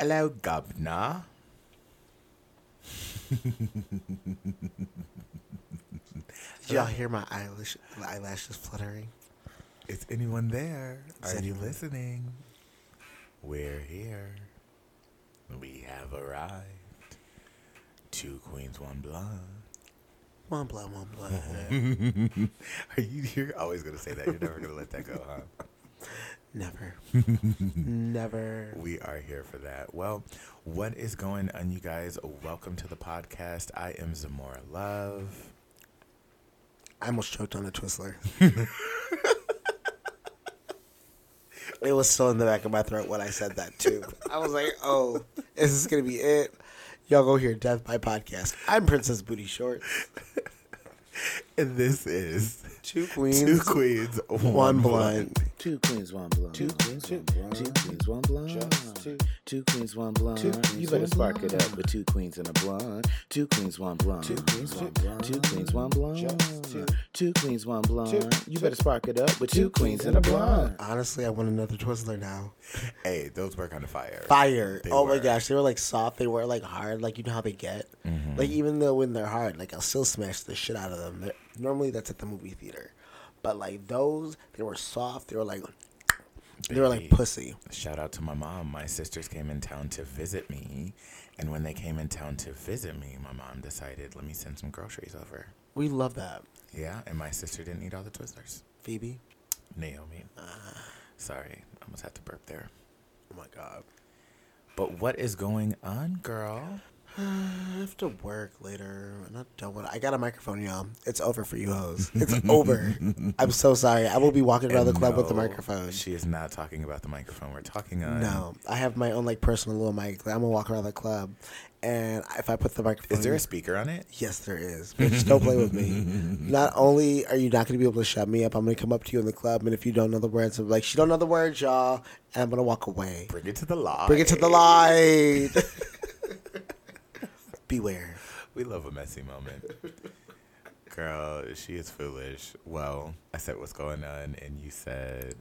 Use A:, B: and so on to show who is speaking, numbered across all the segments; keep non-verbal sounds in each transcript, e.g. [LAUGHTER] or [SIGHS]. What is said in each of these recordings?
A: Hello, Governor.
B: Did y'all hear my eyelash, my eyelashes fluttering?
A: Is anyone there?
B: Is
A: Are you
B: anyone-
A: listening? We're here. We have arrived. Two queens, one blonde.
B: One blood, one blood.
A: [LAUGHS]
B: [LAUGHS]
A: Are you? You're always gonna say that. You're never gonna let that go,
B: [LAUGHS]
A: huh?
B: Never. Never.
A: We are here for that. Well, what is going on, you guys? Welcome to the podcast. I am Zamora Love.
B: I almost choked on a [LAUGHS] Twizzler. it was still in the back of my throat when I said that, too. I was like, oh, is this going to be it? Y'all go hear Death by Podcast. I'm Princess Booty Short.
A: And this is
B: Two queens.
A: Two Queens, One,
B: One
A: Blonde.
B: blind.
C: Two queens, one blonde. Two queens, two, two queens, one blonde. Just two. two queens, one blonde. Two queens, you better spark it up with two queens and a blonde. Two queens, one blonde. Two queens, one blonde. Two queens, one blonde. Just two. two queens, one blonde. you better spark it up with two, queens and a blonde.
B: Honestly, I want another Twizzler now.
A: Hey, those were kind of fire.
B: Fire.
A: They
B: oh
A: were.
B: my gosh. They were like soft. They were like hard. Like, you know how they get?
A: Mm-hmm.
B: Like, even though when they're hard, like, I'll still smash the shit out of them. They're- normally, that's at the movie theater. But, like, those, they were soft. They were like, they were like
A: Baby.
B: pussy.
A: Shout out to my mom. My sisters came in town to visit me. And when they came in town to visit me, my mom decided, let me send some groceries over.
B: We love that.
A: Yeah, and my sister didn't eat all the Twizzlers.
B: Phoebe.
A: Naomi. Sorry, I almost had to burp there.
B: Oh my God.
A: But what is going on, girl?
B: I have to work later. I'm not done with I got a microphone, y'all. It's over for you hoes.
A: [LAUGHS]
B: It's over. I'm so sorry. I will be walking around the
A: And
B: club with the
A: no,
B: microphone.
A: She is not talking about the microphone we're talking on.
B: No, I have my own like personal little mic. Like, I'm gonna walk around the club, and if I put the microphone,
A: Is there a speaker on it?
B: yes, there is. Bitch, don't play
A: [LAUGHS]
B: with me. Not only are you not gonna be able to shut me up, I'm gonna come up to you in the club, and if you don't know the words, I'm like, she don't know the words, y'all, and I'm gonna walk away.
A: Bring it to the live.
B: Bring it to the light.
A: [LAUGHS]
B: Beware.
A: We love a messy moment. Girl, she is foolish. Well, I said what's going on, and you said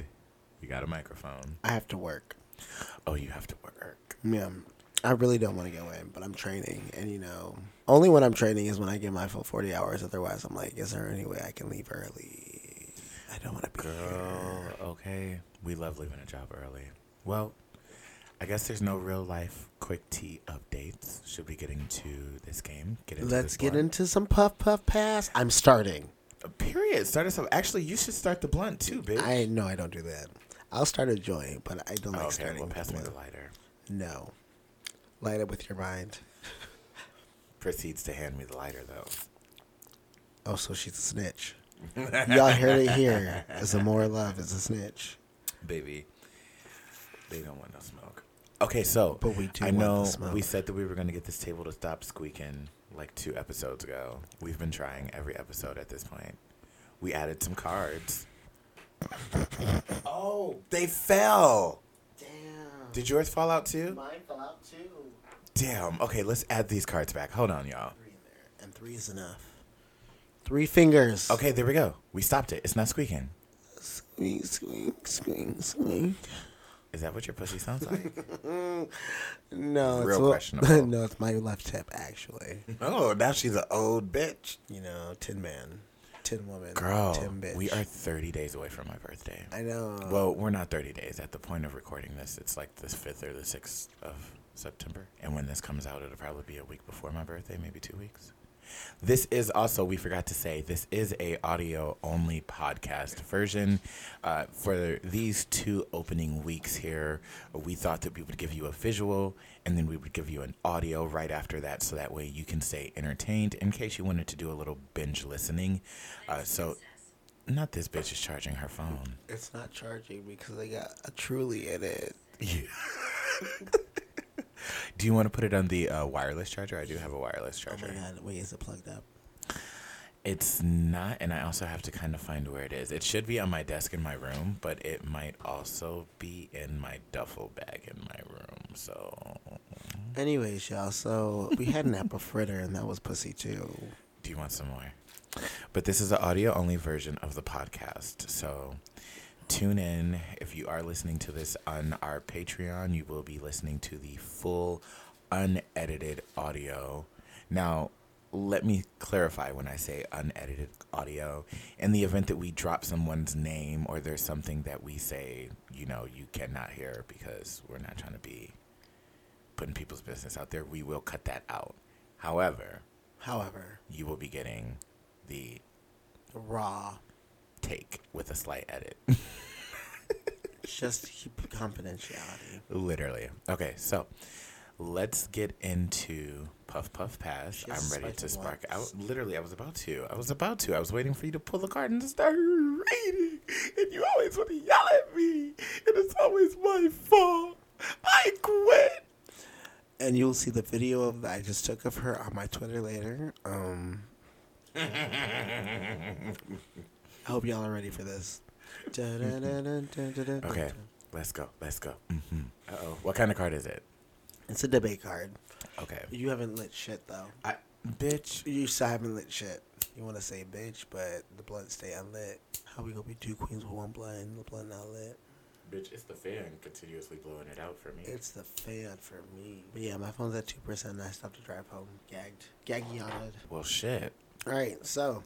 A: you got a microphone.
B: I have to work.
A: Oh, you have to work.
B: Yeah, I really don't want to go in, but I'm training, and you know, only when I'm training is when I get my full 40 hours. Otherwise, I'm like, is there any way I can leave early? I don't want to be here.
A: Girl, okay. We love leaving a job early. Well, I guess there's no real life quick tea updates. Should we get into this game? Get into
B: Let's
A: this
B: get
A: blunt? Uh,
B: into some puff puff pass. I'm starting.
A: Period. Start us off. Actually, you should start the blunt too, bitch.
B: I know I don't do that. I'll start a joint, but I don't like
A: oh, okay.
B: starting.
A: Well,
B: with
A: pass me
B: one.
A: the lighter.
B: No, light it with your mind.
A: Proceeds to hand me the lighter though.
B: Oh, so she's
A: [LAUGHS]
B: a snitch. Y'all heard it here. Zamora Love is a snitch.
A: baby. They don't want no smoke. Okay, so
B: But we do
A: I
B: want the
A: know
B: smoke.
A: we said that we were going to get this table to stop squeaking like two episodes ago. We've been trying every episode at this point. We added some cards. oh, they fell.
B: Damn.
A: Did yours fall out too?
B: Mine fell out too.
A: Damn. Okay, let's add these cards back. Hold on, y'all.
B: Three in there, and three is enough. Three fingers.
A: Okay, there we go. We stopped it. It's not squeaking.
B: Squeak, squeak, squeak, squeak.
A: Is that what your pussy sounds
B: [LAUGHS]
A: like?
B: No, it's
A: Real
B: a little-
A: questionable.
B: [LAUGHS] no, it's my left hip actually.
A: oh, now she's an old bitch.
B: You know, Tin Man, Tin Woman,
A: Girl,
B: Tin Bitch.
A: we are 30 days away from my birthday.
B: I know.
A: Well, we're not 30 days. At the point of recording this, it's like the 5th or the 6th of September. And when this comes out, it'll probably be a week before my birthday, maybe 2 weeks. This is also we forgot to say this is a audio only podcast version. Uh, for these two opening weeks here, we thought that we would give you a visual and then we would give you an audio right after that, so that way you can stay entertained in case you wanted to do a little binge listening. Uh, so, not this bitch is charging her phone.
B: it's not charging because I got a truly in it.
A: Yeah. [LAUGHS] do you want to put it on the uh, wireless charger? I do have a wireless
B: Oh
A: charger.
B: my god! Wait, is it plugged up?
A: It's not, and I also have to kind of find where it is. It should be on my desk in my room, but it might also be in my duffel bag in my room. So,
B: Anyways, y'all. So we had an apple fritter, and that was pussy too.
A: do you want some more? But this is the audio only version of the podcast. So, tune in. If you are listening to this on our Patreon, you will be listening to the full unedited audio. Now, let me clarify when I say unedited audio. In the event that we drop someone's name or there's something that we say, you know, you cannot hear because we're not trying to be putting people's business out there, we will cut that out. However,
B: However,
A: you will be getting the
B: raw,
A: take with a slight [LAUGHS] edit.
B: just to keep confidentiality.
A: Literally. Okay, so let's get into Puff Puff Pass.
B: has
A: I'm
B: a
A: ready to
B: spicy
A: spark out.
B: voice.
A: Literally, I was about to. I was about to. I was waiting for you to pull the card and to start reading. And you always want to yell at me. And it's always my fault. I quit.
B: And you'll see the video of that I just took of her on my Twitter later. Um, I hope y'all are ready for this.
A: Okay,
B: Okay.
A: let's go. Let's go. Mm-hmm. Uh oh. What kind of card is it?
B: It's a debate card.
A: Okay.
B: You haven't lit shit though.
A: I, bitch.
B: You still haven't lit shit. You want to say bitch, but the blunt stay unlit. How we gonna be two queens with one blunt? The blunt not lit.
A: Bitch, it's the fan continuously blowing it out for me.
B: It's the fan for me. But yeah, my phone's at two percent. I stopped to drive home. Gagged. Gaggy on it.
A: well, shit.
B: All right. So,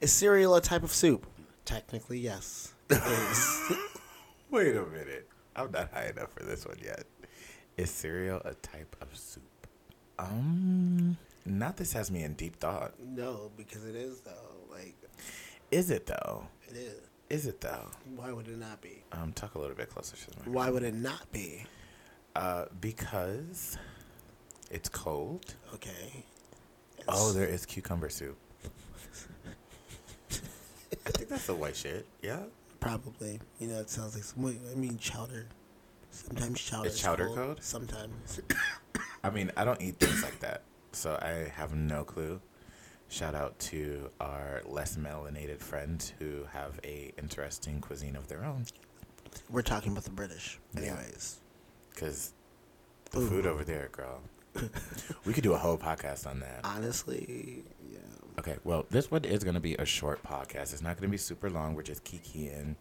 B: is cereal a type of soup? Technically, yes. It is.
A: Wait a minute. I'm not high enough for this one yet. Is cereal a type of soup? Um, not this has me in deep thought.
B: no, because it is though. Like
A: Is it though?
B: it is.
A: Is it though?
B: Why would it not be?
A: Um, talk a little bit closer to the microphone.
B: Why would it not be?
A: Uh, because it's cold.
B: Okay.
A: Oh, there is cucumber soup. [LAUGHS] I think that's the white shit. Yeah.
B: Probably. You know, it sounds like some. I mean, chowder. Sometimes chowder.
A: Is chowder code?
B: Sometimes.
A: I mean, I don't eat things like that, so I have no clue. Shout out to our less melanated friends who have a interesting cuisine of their own,
B: We're talking about the British,
A: Yeah.
B: anyways.
A: because the food
B: Ooh.
A: over there, girl. we could do a whole podcast on that.
B: [LAUGHS] Honestly, yeah.
A: Okay, well, this one is going to be a short podcast. It's not going to be super long. We're just kikiing,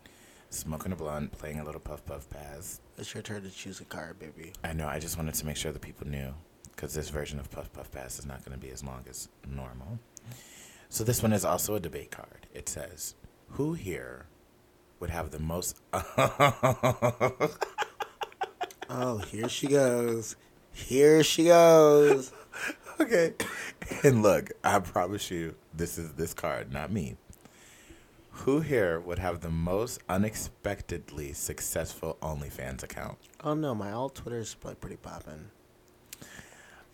A: smoking a blunt, playing a little puff puff pass.
B: It's your turn to choose a card, baby.
A: I know. I just wanted to make sure that people knew because this version of Puff Puff Pass is not going to be as long as normal. So this one is also a debate card. It says, "Who here would have the most?" [LAUGHS]
B: Oh, here she goes. Here
A: [LAUGHS]
B: she goes.
A: okay. And look, I promise you, this is this card, not me. Who here would have the most unexpectedly successful OnlyFans account?
B: Oh no, my alt Twitter is like pretty poppin'.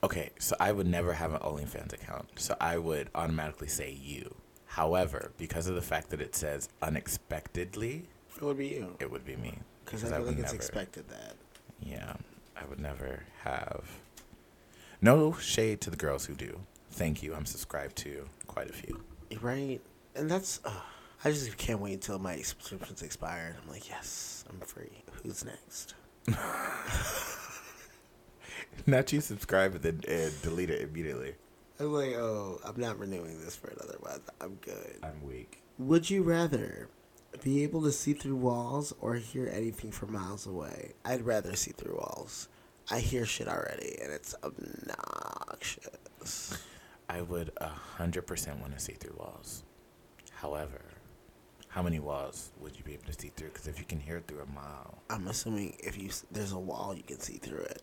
A: Okay, so I would never have an OnlyFans account, so I would automatically say you. However, because of the fact that it says unexpectedly,
B: It would be you.
A: it would be me.
B: Because I feel
A: would
B: like it's
A: never-
B: expected that.
A: Yeah, I would never have. No shade to the girls who do. Thank you. I'm subscribed to quite a few. [LAUGHS]
B: Right? And that's. Uh, I just can't wait until my subscriptions expire. And I'm like, yes, I'm free. Who's next?
A: Not you subscribe and then uh, delete it immediately.
B: I'm like, oh, I'm not renewing this for another month. I'm good.
A: I'm weak.
B: Would you rather be able to see through walls or hear anything from miles away? I'd rather see through walls. I hear shit already, and it's obnoxious.
A: I would 100% want to see through walls. However, how many walls would you be able to see through? Because if you can hear through a mile,
B: I'm assuming if you there's a wall, you can see through it.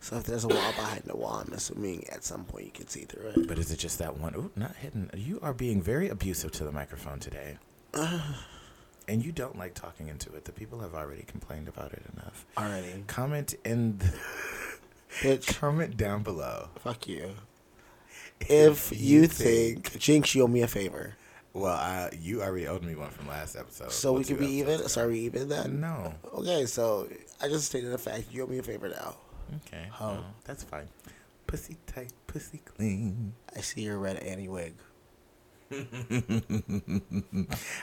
B: So if there's a wall behind the wall, I'm assuming at some point you can see through it.
A: But is it just that one? Ooh, not hitting. You are being very abusive to the microphone
B: [SIGHS]
A: today. and you don't like talking into it. The people have already complained about it enough.
B: Already,
A: Comment in the [LAUGHS]
B: bitch,
A: comment down below.
B: fuck you. If you
A: think-
B: think Jinx, you owe me a favor,
A: Well, I, you already owed me one from last episode.
B: so
A: Well,
B: we can
A: two
B: be even.
A: episodes
B: So are we even
A: ago.
B: then?
A: Uh, No.
B: Okay, so I just stated the fact. You owe me a favor now.
A: Okay.
B: Oh.
A: well, that's fine. Pussy tight, pussy clean.
B: I see your red Annie wig.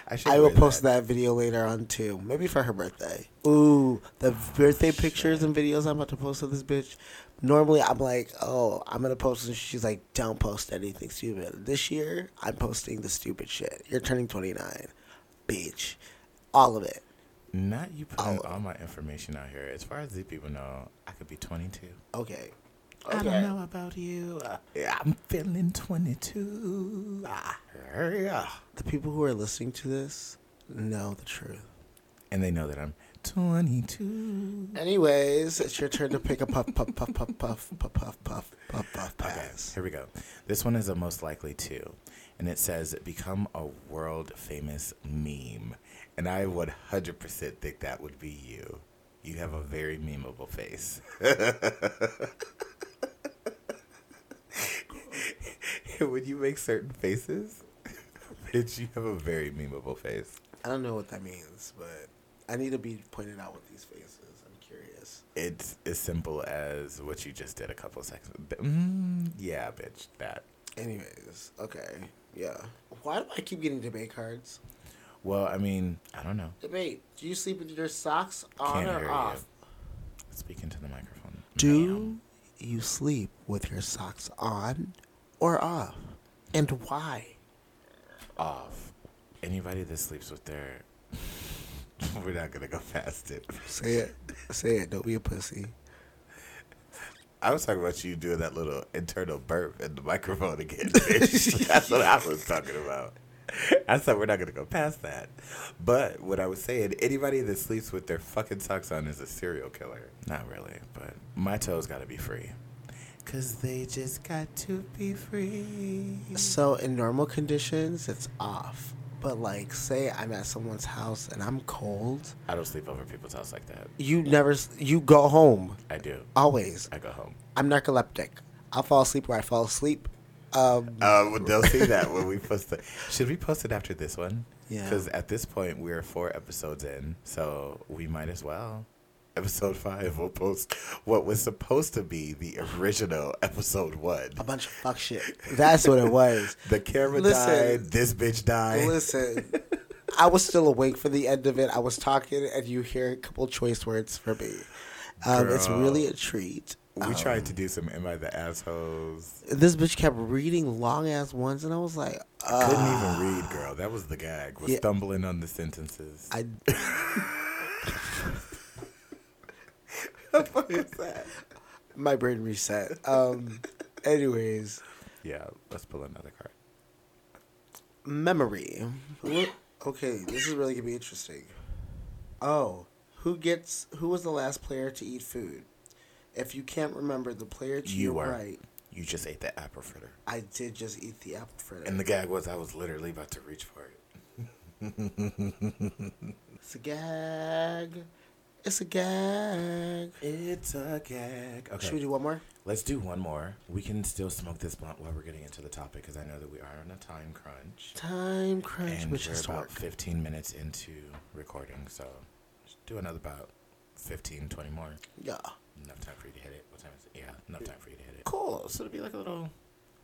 A: I, should
B: I will
A: wear
B: post that. video later on too. Maybe for her birthday. Ooh, the birthday pictures and videos I'm about to post of this bitch. Normally I'm like, oh, I'm gonna post and she's like, don't post anything stupid. This year I'm posting the stupid shit. You're turning twenty nine. Bitch. All of it.
A: Not you putting
B: Oh.
A: all my information out here. As far as these people know, I could be 22.
B: Okay.
A: I
B: Okay.
A: don't know about you. Uh, yeah, I'm feeling 22. Ah, yeah.
B: The people who are listening to this know the truth.
A: And they know that I'm 22.
B: Anyways, it's your turn to pick a puff, puff, puff, puff, puff, puff, puff, puff, puff, puff pass.
A: Here we go. This one is the most likely to. And it says, become a world famous meme. And I 100% think that would be you. You have a very memeable face. [LAUGHS] And when you make certain faces, [LAUGHS] bitch, you have a very memeable face.
B: I don't know what that means, but I need to be pointed out with these faces. I'm curious.
A: It's as simple as what you just did a couple seconds. Mm, yeah, bitch, that.
B: Anyways, okay, yeah. Why do I keep getting debate cards?
A: Well, I mean, I don't know.
B: Debate. Do you sleep with your socks on
A: Can't hear
B: or
A: you.
B: off?
A: Speaking to the microphone. ma'am.
B: Do you sleep with your socks on or off? And why?
A: off. Anybody that sleeps with their, [LAUGHS] we're not gonna go past it.
B: Say it. Say it. Don't be a pussy.
A: I was talking about you doing that little internal burp in the microphone again. bitch. [LAUGHS] That's what I was talking about. I said we're not gonna go past that. But what I was saying, anybody that sleeps with their fucking socks on is a serial killer. Not really, but my toes gotta be free. Cause they just got to be free.
B: So in normal conditions, it's off. But like, say I'm at someone's house and I'm cold.
A: I don't sleep over people's house like that.
B: You never. s- You go home
A: I do.
B: always.
A: I go home.
B: I'm narcoleptic. I fall asleep where I fall asleep. Um,
A: Uh, well, they'll see that when we post it. [LAUGHS] Should we post it after this one?
B: Yeah.
A: Because at this point, we're four episodes in, so we might as well. Episode five will post what was supposed to be the original episode one.
B: a bunch of fuck shit. That's what
A: [LAUGHS]
B: it was.
A: The camera
B: Listen.
A: died. This bitch died.
B: Listen, I was still awake for the end of it. I was talking, and you hear a couple choice words for me. Um, it's
A: Girl.
B: really a treat. Um,
A: We tried to do some "Am I the assholes?"
B: This bitch kept reading long ass ones, and I was like, uh,
A: Couldn't even read, girl. That was the gag. Was
B: Yeah.
A: stumbling on the sentences.
B: [LAUGHS] I my brain reset. Um, anyways,
A: yeah, let's pull another card.
B: memory. What- Okay, this is really gonna be interesting. Oh, who gets? Who was the last player to eat food? If you can't remember the player to
A: You
B: your
A: were.
B: right,
A: You just ate that apple fritter.
B: I did just eat the apple fritter.
A: And the gag was I was literally about to reach for it.
B: It's a gag. It's a gag.
A: It's a gag. Okay.
B: Should we do one more?
A: Let's do one more. We can still smoke this blunt while we're getting into the topic because I know that we are on a time crunch.
B: Time crunch,
A: And
B: which
A: we're
B: is
A: about
B: work.
A: 15 minutes into recording. So let's do another about 15, 20 more.
B: Yeah.
A: Enough time for you to hit it. What time is it? Yeah, enough time for you to hit it.
B: Cool.
A: So it'll be like a little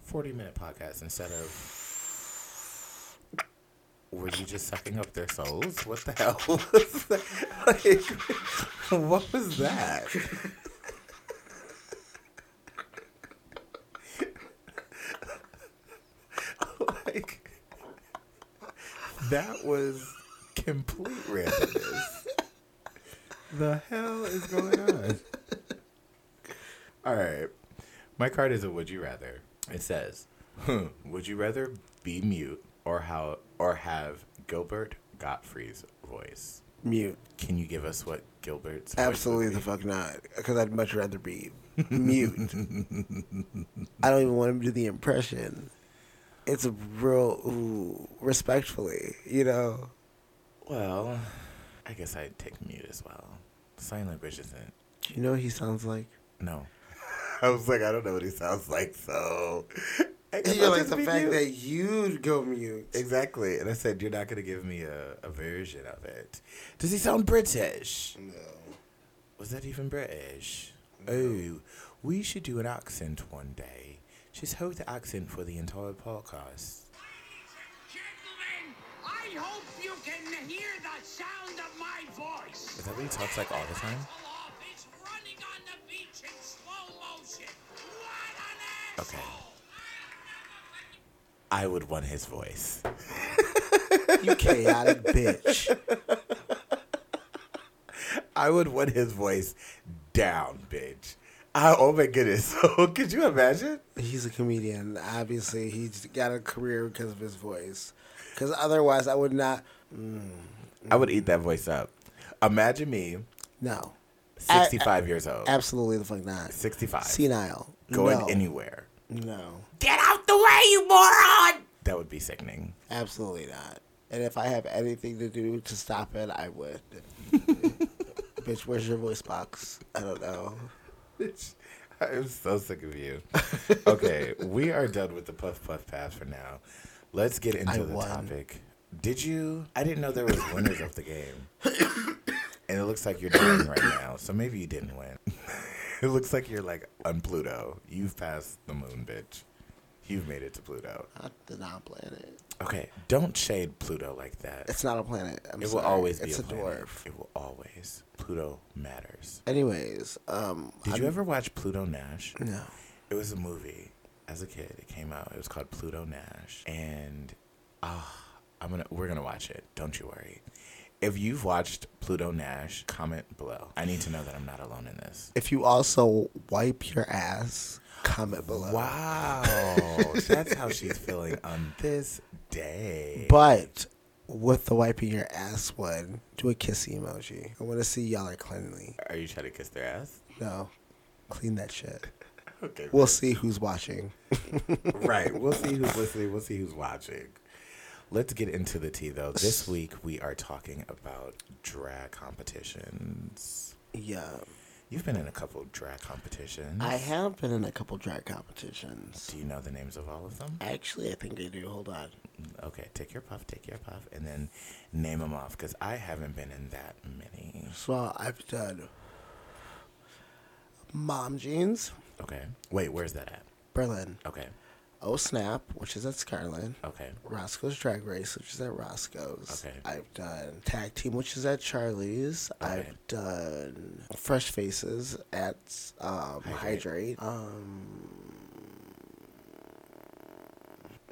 A: 40 minute podcast instead of. Were you just sucking up their souls? What the hell [LAUGHS] was that? Like, what was that? [LAUGHS] like, that was complete randomness. the hell is going on? All right. My card is a would you rather. It says, "Hmm, "Would you rather be mute or how or have Gilbert Gottfried's voice?"
B: Mute.
A: Can you give us what Gilbert's voice would
B: Absolutely the fuck not. Because I'd much rather be mute. I don't even want him to do the impression. It's a real, ooh, respectfully, you know?
A: Well, I guess I'd take mute as well. Sign language isn't.
B: Do you know what he sounds like?
A: No. [LAUGHS] I was like, I don't know what he sounds like, so. I guess
B: You
A: I'll
B: like
A: just
B: the
A: be
B: fact
A: mute.
B: that you'd go mute.
A: Exactly. And I said, You're not going to give me a, a version of it. Does he sound British?
B: No.
A: Was that even British?
B: No.
A: Oh, we should do an accent one day. Just hold the accent for the entire podcast.
D: Gentlemen, I hope you can hear the sound of my voice.
A: Is that what he talks like all the time?
D: Off is running on the beach in slow motion. What an
A: Okay.
D: asshole!
A: I would want his voice. [LAUGHS]
B: You chaotic bitch.
A: I would want his voice down, bitch. I, oh my goodness. [LAUGHS] So could you imagine?
B: He's a comedian. Obviously, he's got a career because of his voice. Because otherwise, I would not. Mm,
A: I would eat that voice up. Imagine me,
B: no.
A: 65 years old,
B: Absolutely the fuck not.
A: 65,
B: Senile.
A: going
B: no.
A: anywhere.
B: No.
A: Get out the way, you moron! That would be sickening.
B: Absolutely not. And if I have anything to do to stop it, I
A: [LAUGHS]
B: would. Bitch, where's your voice box? I don't know.
A: Bitch, I'm so sick of you.
B: [LAUGHS]
A: Okay, we are done with the puff puff pass for now. Let's get into
B: I
A: the
B: won.
A: topic. Did you? I didn't know there was winners of the game, [COUGHS] and it looks like you're doing right now. So maybe you didn't win. [LAUGHS] it looks like you're like on Pluto. You've passed the moon, bitch. You've made it to Pluto.
B: Not the non-planet.
A: Okay, don't shade Pluto like that.
B: It's not a planet. I'm
A: it will
B: sorry.
A: always be
B: It's
A: a,
B: a,
A: planet.
B: dwarf.
A: It will always. Pluto matters.
B: Anyways, um,
A: Did
B: I'm-
A: you ever watch Pluto Nash?
B: No.
A: It was a movie as a kid. It came out. It was called Pluto Nash, and ah, I'm gonna we're gonna watch it. Don't you worry. If you've watched Pluto Nash, comment below. I need to know that I'm not alone in this.
B: If you also wipe your ass, comment below. [LAUGHS]
A: Wow, that's how she's feeling on this day.
B: But with the wiping your ass one, do a kissy emoji. I want to see y'all are cleanly.
A: are you trying to kiss their ass?
B: No, clean that shit.
A: Okay,
B: We'll see who's watching. [LAUGHS]
A: right. We'll see who's listening. We'll see who's watching. Let's get into the tea, though. This week we are talking about drag competitions.
B: Yeah,
A: You've been in a couple of drag competitions.
B: I have been in a couple drag competitions.
A: Do you know the names of all of them?
B: Actually, I think I do. Hold on.
A: Okay, take your puff, take your puff, and then name them off because I haven't been in that many.
B: So I've done mom jeans,
A: Okay. Wait, where's that at?
B: Berlin.
A: Okay.
B: Oh snap, which is at Scarlett.
A: Okay.
B: Roscoe's Drag Race, which is at Roscoe's.
A: Okay.
B: I've done Tag Team, which is at Charlie's.
A: Okay.
B: I've done Fresh Faces at um,
A: Hydrate.
B: Hydrate. Um,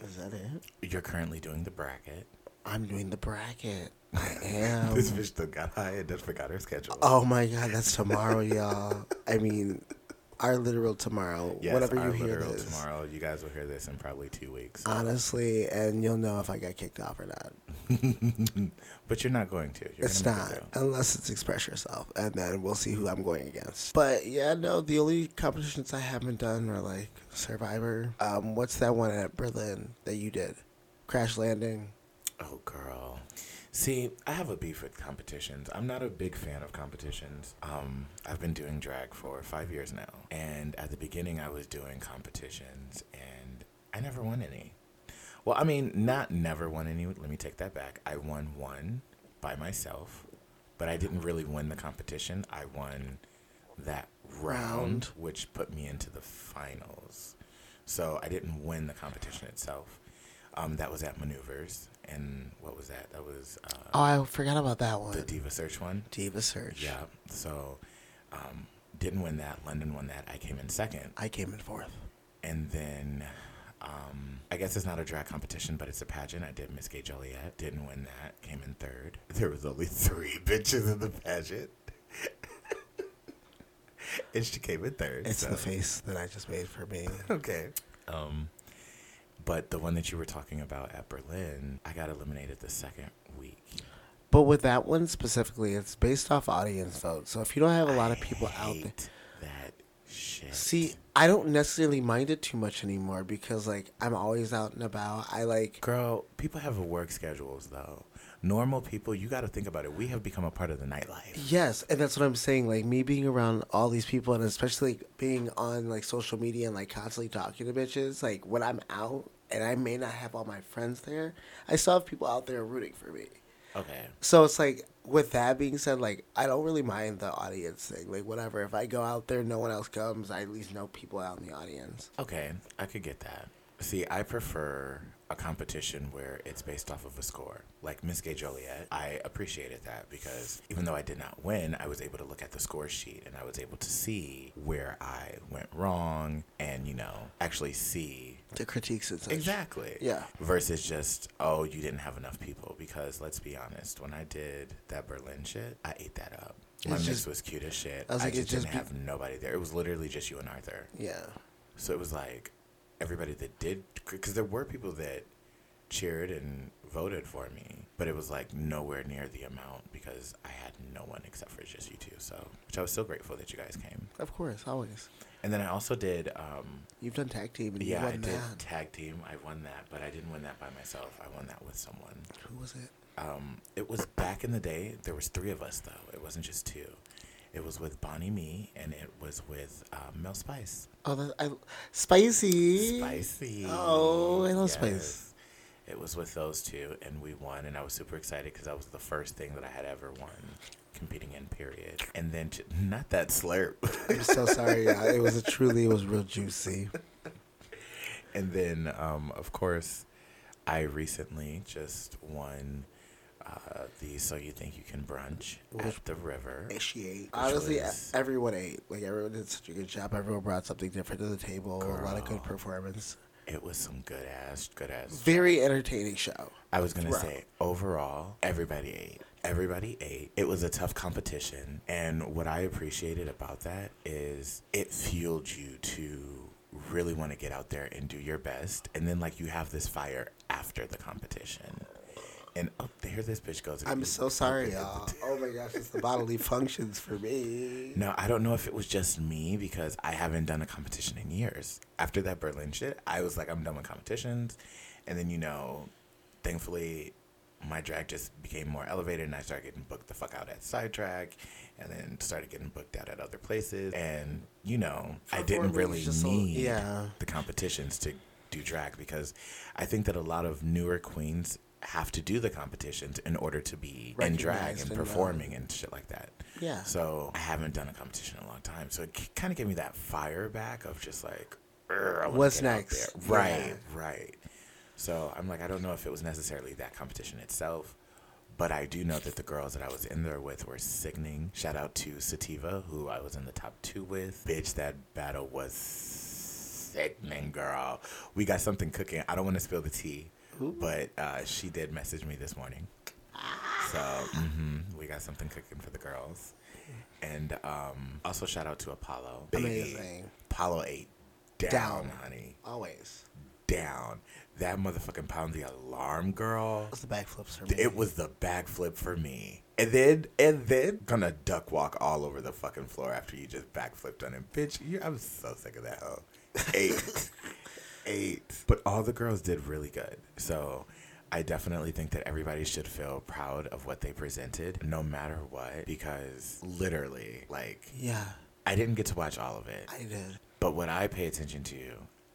B: is that it?
A: You're currently doing the bracket.
B: I'm doing the bracket. I
A: [LAUGHS]
B: am.
A: this bitch still got high and just forgot her schedule.
B: Oh my god, that's tomorrow, y'all. I mean, our literal tomorrow.
A: yes,
B: whatever
A: our
B: you hear
A: literal
B: this.
A: tomorrow. You guys will hear this in probably two weeks.
B: Honestly, and you'll know if I got kicked off or not.
A: [LAUGHS] But you're not going to. You're
B: It's
A: gonna make
B: not
A: it though.
B: unless it's express yourself, and then we'll see who I'm going against. But yeah, no, the only competitions I haven't done are like Survivor. Um, what's that one at Berlin that you did? Crash Landing.
A: Oh, girl. See, I have a beef with competitions. I'm not a big fan of competitions. Um, I've been doing drag for five years now. And at the beginning, I was doing competitions and I never won any. Well, I mean, not never won any. Let me take that back. I won one by myself, but I didn't really win the competition. I won that round,
B: Round.
A: which put me into the finals. So I didn't win the competition itself. Um, that was at Maneuvers. And what was that? That was uh,
B: Oh, I forgot about that
A: the
B: one.
A: Diva Search one.
B: Diva Search.
A: Yeah. So um, didn't win that. London won that. I came in second.
B: I came in fourth.
A: And then um, I guess it's not a drag competition, but it's a pageant. I did Miss Gay Joliet. Didn't win that. Came in third. [LAUGHS] There was only three [LAUGHS] bitches in the pageant. [LAUGHS] and she came in third.
B: It's
A: so-
B: the face that I just made for me.
A: [LAUGHS] Okay. Um, but the one that you were talking about at Berlin, I got eliminated the second week.
B: But with that one specifically, it's based off audience vote. So if you don't have a lot of people out there.
A: Hate that shit.
B: See, I don't necessarily mind it too much anymore because like I'm always out and about. I like
A: Girl, people have work schedules though. Normal people, you got to think about it. We have become a part of the nightlife.
B: Yes, and that's what I'm saying. Like me being around all these people, and especially being on like social media and like constantly talking to bitches. Like when I'm out, and I may not have all my friends there, I still have people out there rooting for me.
A: Okay.
B: So it's like, with that being said, like I don't really mind the audience thing. Like whatever, if I go out there, no one else comes. I at least know people out in the audience.
A: Okay, I could get that. See, I prefer a competition where it's based off of a score. Like Miss Gay Joliet, I appreciated that because even though I did not win, I was able to look at the score sheet and I was able to see where I went wrong and, you know, actually see
B: The critiques and such.
A: Exactly.
B: Yeah.
A: Versus just, oh, you didn't have enough people. Because let's be honest, when I did that Berlin shit, I ate that up. My mix
B: It's just-
A: was cute as shit.
B: I was
A: I
B: like,
A: just
B: it's just
A: didn't
B: be-
A: have nobody there. It was literally just you and Arthur.
B: Yeah.
A: So it was like everybody that did, because there were people that cheered and voted for me, but it was like nowhere near the amount because I had no one except for just you two. So, which I was so grateful that you guys came.
B: Of course, always.
A: And then I also did, um,
B: You've done tag team and
A: yeah,
B: you
A: I
B: won
A: did
B: that.
A: tag team. I won that, but I didn't win that by myself. I won that with someone.
B: Who was it?
A: Um, it was back in the day. There was three of us though. It wasn't just two. It was with Bonnie Me, and it was with um, Mel Spice.
B: Oh, that, I, spicy.
A: Spicy.
B: Oh, I love spice.
A: It was with those two, and we won, and I was super excited because that was the first thing that I had ever won competing in. Period. And then, t- not that slurp. [LAUGHS]
B: I'm so sorry. y'all. It was a truly. It was real juicy.
A: and then, um, of course, I recently just won uh, the "So You Think You Can Brunch" at the river.
B: And [LAUGHS] she ate. Honestly,
A: was-
B: e- everyone ate. Like everyone did such a good job. Everyone brought something different to the table. A lot of good performance.
A: It was some good ass, good ass.
B: Very entertaining show.
A: I was gonna
B: Right.
A: say overall, everybody ate. Everybody ate. It was a tough competition, and what I appreciated about that is it fueled you to really want to get out there and do your best, and then like you have this fire after the competition. And oh, here this bitch goes.
B: I'm so sorry, y'all. Oh my gosh, it's the bodily functions for me.
A: No, I don't know if it was just me because I haven't done a competition in years. After that Berlin shit, I was like, I'm done with competitions. And then, you know, thankfully, my drag just became more elevated and I started getting booked the fuck out at Sidetrack and then started getting booked out at other places. And, you know, I didn't
B: Performing is
A: really
B: just a-
A: need
B: yeah.
A: the competitions to do drag because I think that a lot of newer queens have to do the competitions in order to be in drag
B: Recognized
A: and
B: and, uh,
A: performing and shit like that.
B: Yeah.
A: So I haven't done a competition in a long time. So it kind of gave me that fire back of just like, "Urgh, I wanna
B: What's
A: get out
B: next?"
A: there." Right,
B: Yeah.
A: right. So I'm like, I don't know if it was necessarily that competition itself, but I do know that the girls that I was in there with were sickening. Shout out to Sativa, who I was in the top two with. Bitch, that battle was sickening, girl. We got something cooking. I don't want to spill the tea, but uh, she did message me this morning. So hmm we got something cooking for the girls. And um, also shout out to Apollo.
B: Amazing.
A: Apollo 8. Down,
B: Down.
A: honey.
B: Always.
A: Down. That motherfucking pound the alarm, girl.
B: What's the backflips for me?
A: It was the backflip for me. And then, and then, gonna duck walk all over the fucking floor after you just backflipped on him. Bitch, you, I'm so sick of that hoe. Eight. Eight. But all the girls did really good. So I definitely think that everybody should feel proud of what they presented, no matter what, because literally, like,
B: Yeah,
A: I didn't get to watch all of it.
B: I did.
A: But what I pay attention to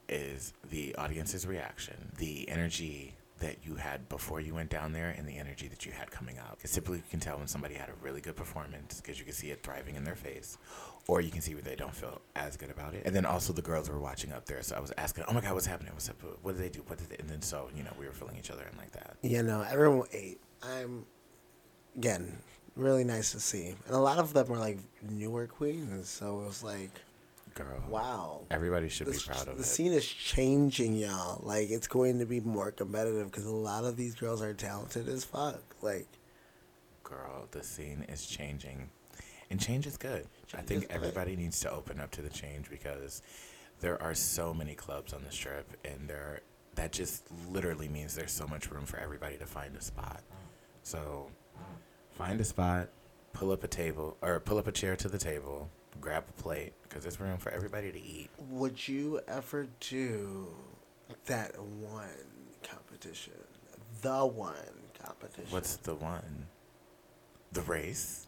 A: is the audience's reaction, the energy that you had before you went down there, and the energy that you had coming out. Because typically you can tell when somebody had a really good performance because you can see it thriving in their face, or you can see where they don't feel as good about it. And then also the girls were watching up there, so I was asking, "Oh my God, what's happening? What's up? What did they do? What did?" They? And then so you know we were filling each other in like that.
B: You know, everyone ate. I'm, again, really nice to see. And a lot of them were like newer queens, so it was like,
A: Girl,
B: wow.
A: Everybody should
B: This,
A: be proud of
B: the
A: it.
B: scene is changing, y'all. Like, it's going to be more competitive because a lot of these girls are talented as fuck. Like,
A: girl, the scene is changing. And change is good. I
B: Change
A: think
B: is good.
A: everybody needs to open up to the change because there are so many clubs on the strip and there that just literally means there's so much room for everybody to find a spot. So find a spot, pull up a table or pull up a chair to the table, grab a plate because there's room for everybody to eat.
B: would you ever do that one competition? The one competition.
A: What's the one? The race?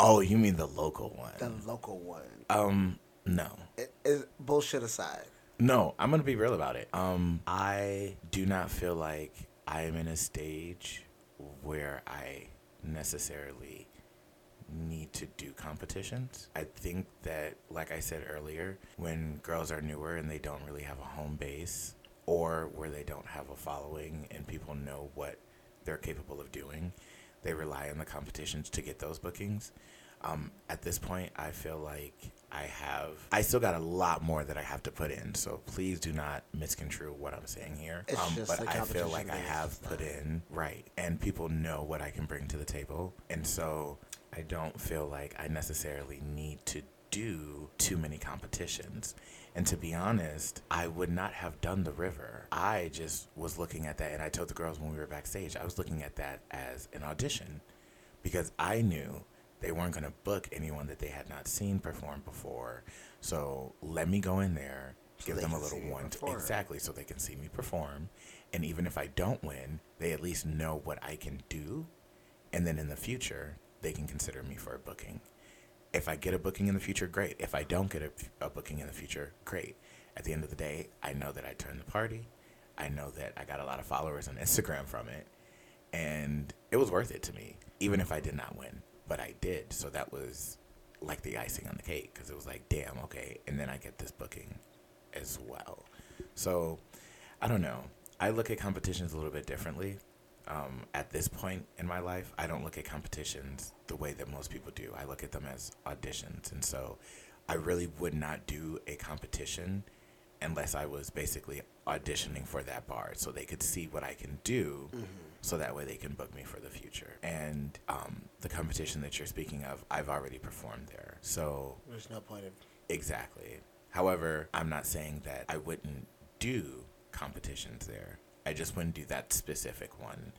A: Oh, you mean the local
B: the
A: one?
B: local one?
A: Um, no.
B: It, it, bullshit aside.
A: No, I'm gonna be real about it. Um, I do not feel like I am in a stage where I necessarily need to do competitions. I think that, like I said earlier, when girls are newer and they don't really have a home base, or where they don't have a following and people know what they're capable of doing, they rely on the competitions to get those bookings. um, at this point, I feel like I have, I still got a lot more that I have to put in. So please do not misconstrue what I'm saying here.
B: It's
A: Um,
B: just
A: but
B: the
A: I feel
B: competition
A: like I
B: based
A: have
B: stuff.
A: put in right, and people know what I can bring to the table, and so I don't feel like I necessarily need to do too many competitions. And to be honest, I would not have done the river. I just was looking at that, and I told the girls when we were backstage, I was looking at that as an audition because I knew they weren't going to book anyone that they had not seen perform before. So let me go in there, give
B: they
A: them a
B: can
A: little
B: see you
A: one,
B: perform.
A: exactly, so they can see me perform. And even if I don't win, they at least know what I can do. And then in the future, they can consider me for a booking. If I get a booking in the future, great. If I don't get a, a booking in the future, great. At the end of the day, I know that I turned the party. I know that I got a lot of followers on [LAUGHS] Instagram from it and it was worth it to me, even if I did not win. But I did, so that was like the icing on the cake because it was like, damn, okay, and then I get this booking as well. So I don't know. I look at competitions a little bit differently. Um, at this point in my life, I don't look at competitions the way that most people do. I look at them as auditions, and so I really would not do a competition unless I was basically auditioning for that bar so they could see what I can do so that way they can book me for the future. And um, the competition that you're speaking of, I've already performed there. So
B: There's no point in.
A: Exactly. However, I'm not saying that I wouldn't do competitions there. I just wouldn't do that specific one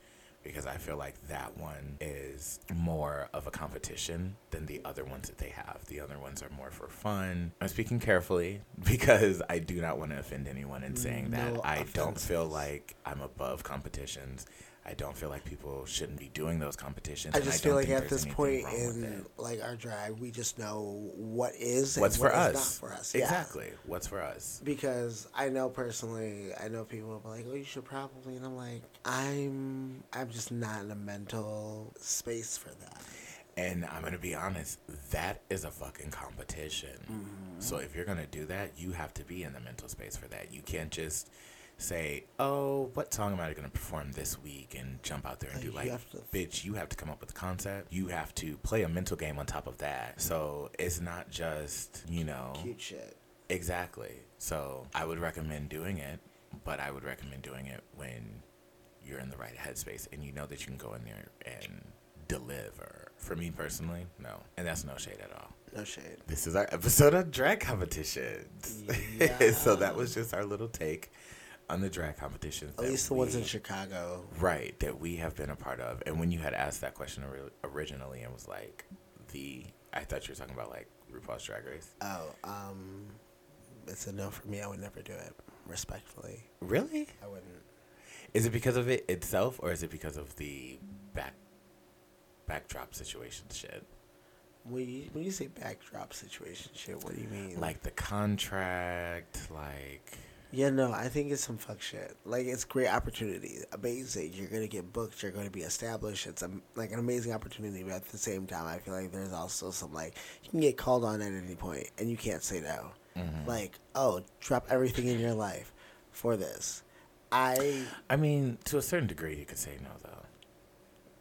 A: because I feel like that one is more of a competition than the other ones that they have. The other ones are more for fun. I'm speaking carefully [LAUGHS] because I do not want to offend anyone in saying
B: No
A: that I don't feel
B: offenses.
A: like I'm above competitions. I don't feel like people shouldn't be doing those competitions.
B: I
A: and
B: just
A: don't
B: feel like
A: think
B: at
A: there's
B: this
A: anything
B: point
A: wrong with it
B: in like our drive, we just know what is and
A: what's
B: what
A: for
B: is
A: us.
B: not for us. Yeah.
A: Exactly. What's for us.
B: because I know personally, I know people will be like, "Oh, you should probably," and I'm like, "I'm, I'm just not in a mental space for that."
A: And I'm gonna be honest, that is a fucking competition.
B: Mm-hmm.
A: So if you're gonna do that, you have to be in the mental space for that. You can't just say, "Oh, what song am I gonna perform this week?" and jump out there and
B: Like,
A: do
B: you
A: like,
B: have to-
A: bitch. You have to come up with a concept. You have to play a mental game on top of that. So it's not just you know
B: Cute shit.
A: exactly. So I would recommend doing it, but I would recommend doing it when you're in the right headspace and you know that you can go in there and deliver. For me personally, no. And that's no shade at all.
B: No shade.
A: This is our episode on drag competitions. [LAUGHS]
B: Yeah.
A: so that was just our little take on the drag competitions.
B: At
A: that
B: least the ones in
A: we-
B: Chicago.
A: Right, that we have been a part of. And when you had asked that question ori- originally and was like, the, I thought you were talking about like RuPaul's Drag Race.
B: Oh, um, it's a no for me. I would never do it. Respectfully,
A: Really?
B: I wouldn't.
A: Is it because of it itself, or is it because of the back backdrop situation shit?
B: When you, when you say backdrop situation shit, what do you mean?
A: Like the contract, like
B: yeah, no, I think it's some fuck shit. Like, it's great opportunity, amazing. You're gonna get booked. You're gonna be established. It's a, like an amazing opportunity, but at the same time, I feel like there's also some like you can get called on at any point, and you can't say no.
A: Mm-hmm.
B: Like, oh, drop everything in your life for this. I
A: I mean, to a certain degree, you could say no though.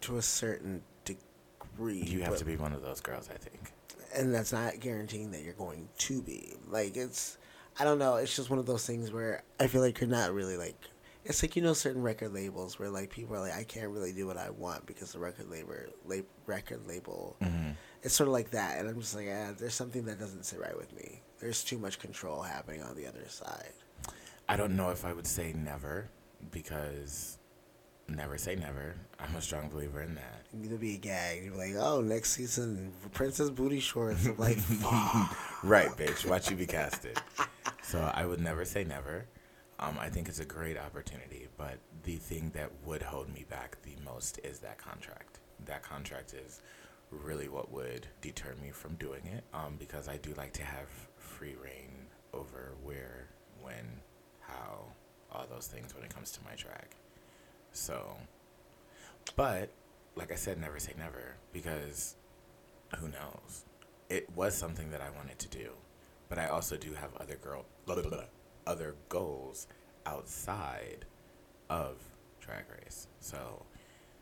B: to a certain degree,
A: You have
B: but-
A: to be one of those girls, I think.
B: and that's not guaranteeing that you're going to be. Like it's, I don't know. It's just one of those things where I feel like you're not really like. It's like you know certain record labels where like people are like, I can't really do what I want because the record label, la- record label, it's sort of like that. And I'm just like, ah, there's something that doesn't sit right with me. There's too much control happening on the other side.
A: I don't know if I would say never because never say never. I'm a strong believer in that.
B: You need to be a gag. You're like, oh, next season, Princess Booty Shorts. I'm like, fuck.
A: Right, bitch. Watch you be casted. So I would never say never. Um, I think it's a great opportunity, but the thing that would hold me back the most is that contract. That contract is really what would deter me from doing it um, because I do like to have free reign over where, when, how, all those things when it comes to my drag. So, but like I said, never say never because who knows? It was something that I wanted to do, but I also do have other girl, blah, blah, blah, blah, other goals outside of Drag Race. So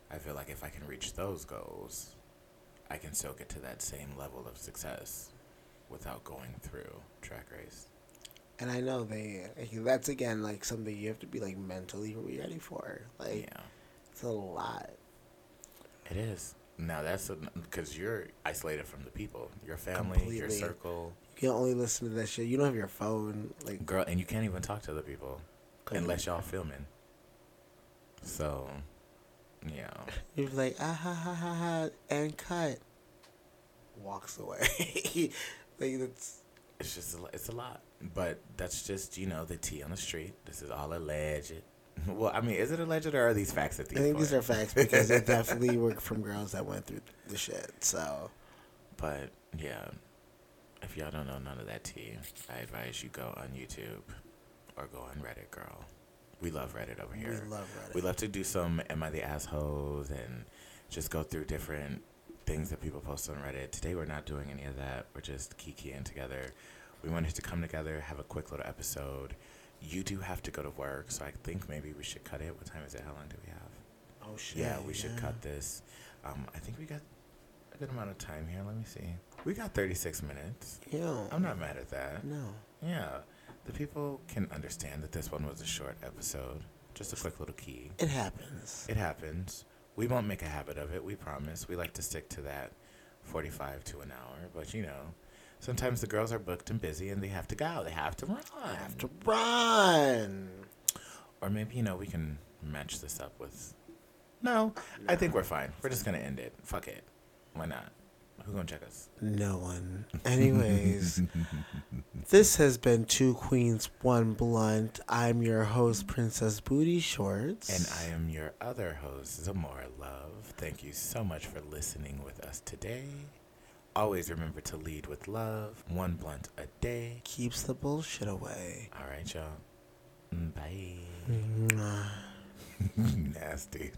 A: I feel like if I can reach those goals, I can still get to that same level of success without going through track race.
B: And I know they. Like, that's again like something you have to be like mentally ready for. Like
A: yeah,
B: it's a lot.
A: it is. Now that's because you're isolated from the people, your family, your
B: Completely.
A: circle,
B: You can only listen to that shit. You don't have your phone. Like
A: girl, and you can't even talk to other people unless y'all filming. So, yeah,
B: you're like ah ha ha ha ha and cut. Walks away. [LAUGHS] like that's
A: it's just a, lo- it's a lot. But that's just you know the tea on the street. This is all alleged. [LAUGHS] Well, I mean, is it alleged or are these facts at
B: I
A: these?
B: think these
A: point?
B: are facts because it
A: [LAUGHS]
B: definitely were from girls that went through the shit. So
A: But yeah, if y'all don't know none of that tea, I advise you go on YouTube or go on Reddit, girl. We love Reddit over here.
B: we love Reddit.
A: We love to do some Am I the Assholes and just go through different things that people post on Reddit. Today we're not doing any of that. We're just kikiing together. We wanted to come together, have a quick little episode. You do have to go to work, so I think maybe we should cut it. What time is it? How long do we have?
B: oh shit.
A: Yeah, we should cut this. Um, I think we got a good amount of time here. Let me see. We got 36 minutes.
B: Yeah.
A: I'm not mad at that.
B: No.
A: Yeah. The people can understand that this one was a short episode. Just a quick little key.
B: It happens.
A: It happens. We won't make a habit of it, we promise. We like to stick to that 45 to an hour, but you know, sometimes the girls are booked and busy and they have to go. They have to run.
B: I have to run.
A: Or maybe, you know, we can match this up with. No, I think we're fine. We're just going to end it. Fuck it. Why not? Who going to check us?
B: No
A: [LAUGHS]
B: one. Anyways, this has been Two Queens, One Blunt. I'm your host, Princess Booty Shorts.
A: And I am your other host, Zamora Love. Thank you so much for listening with us today. Always remember to lead with love, one blunt a day.
B: Keeps the bullshit away.
A: All Mm-hmm. right, y'all. Mm, Bye. [LAUGHS] Nasty.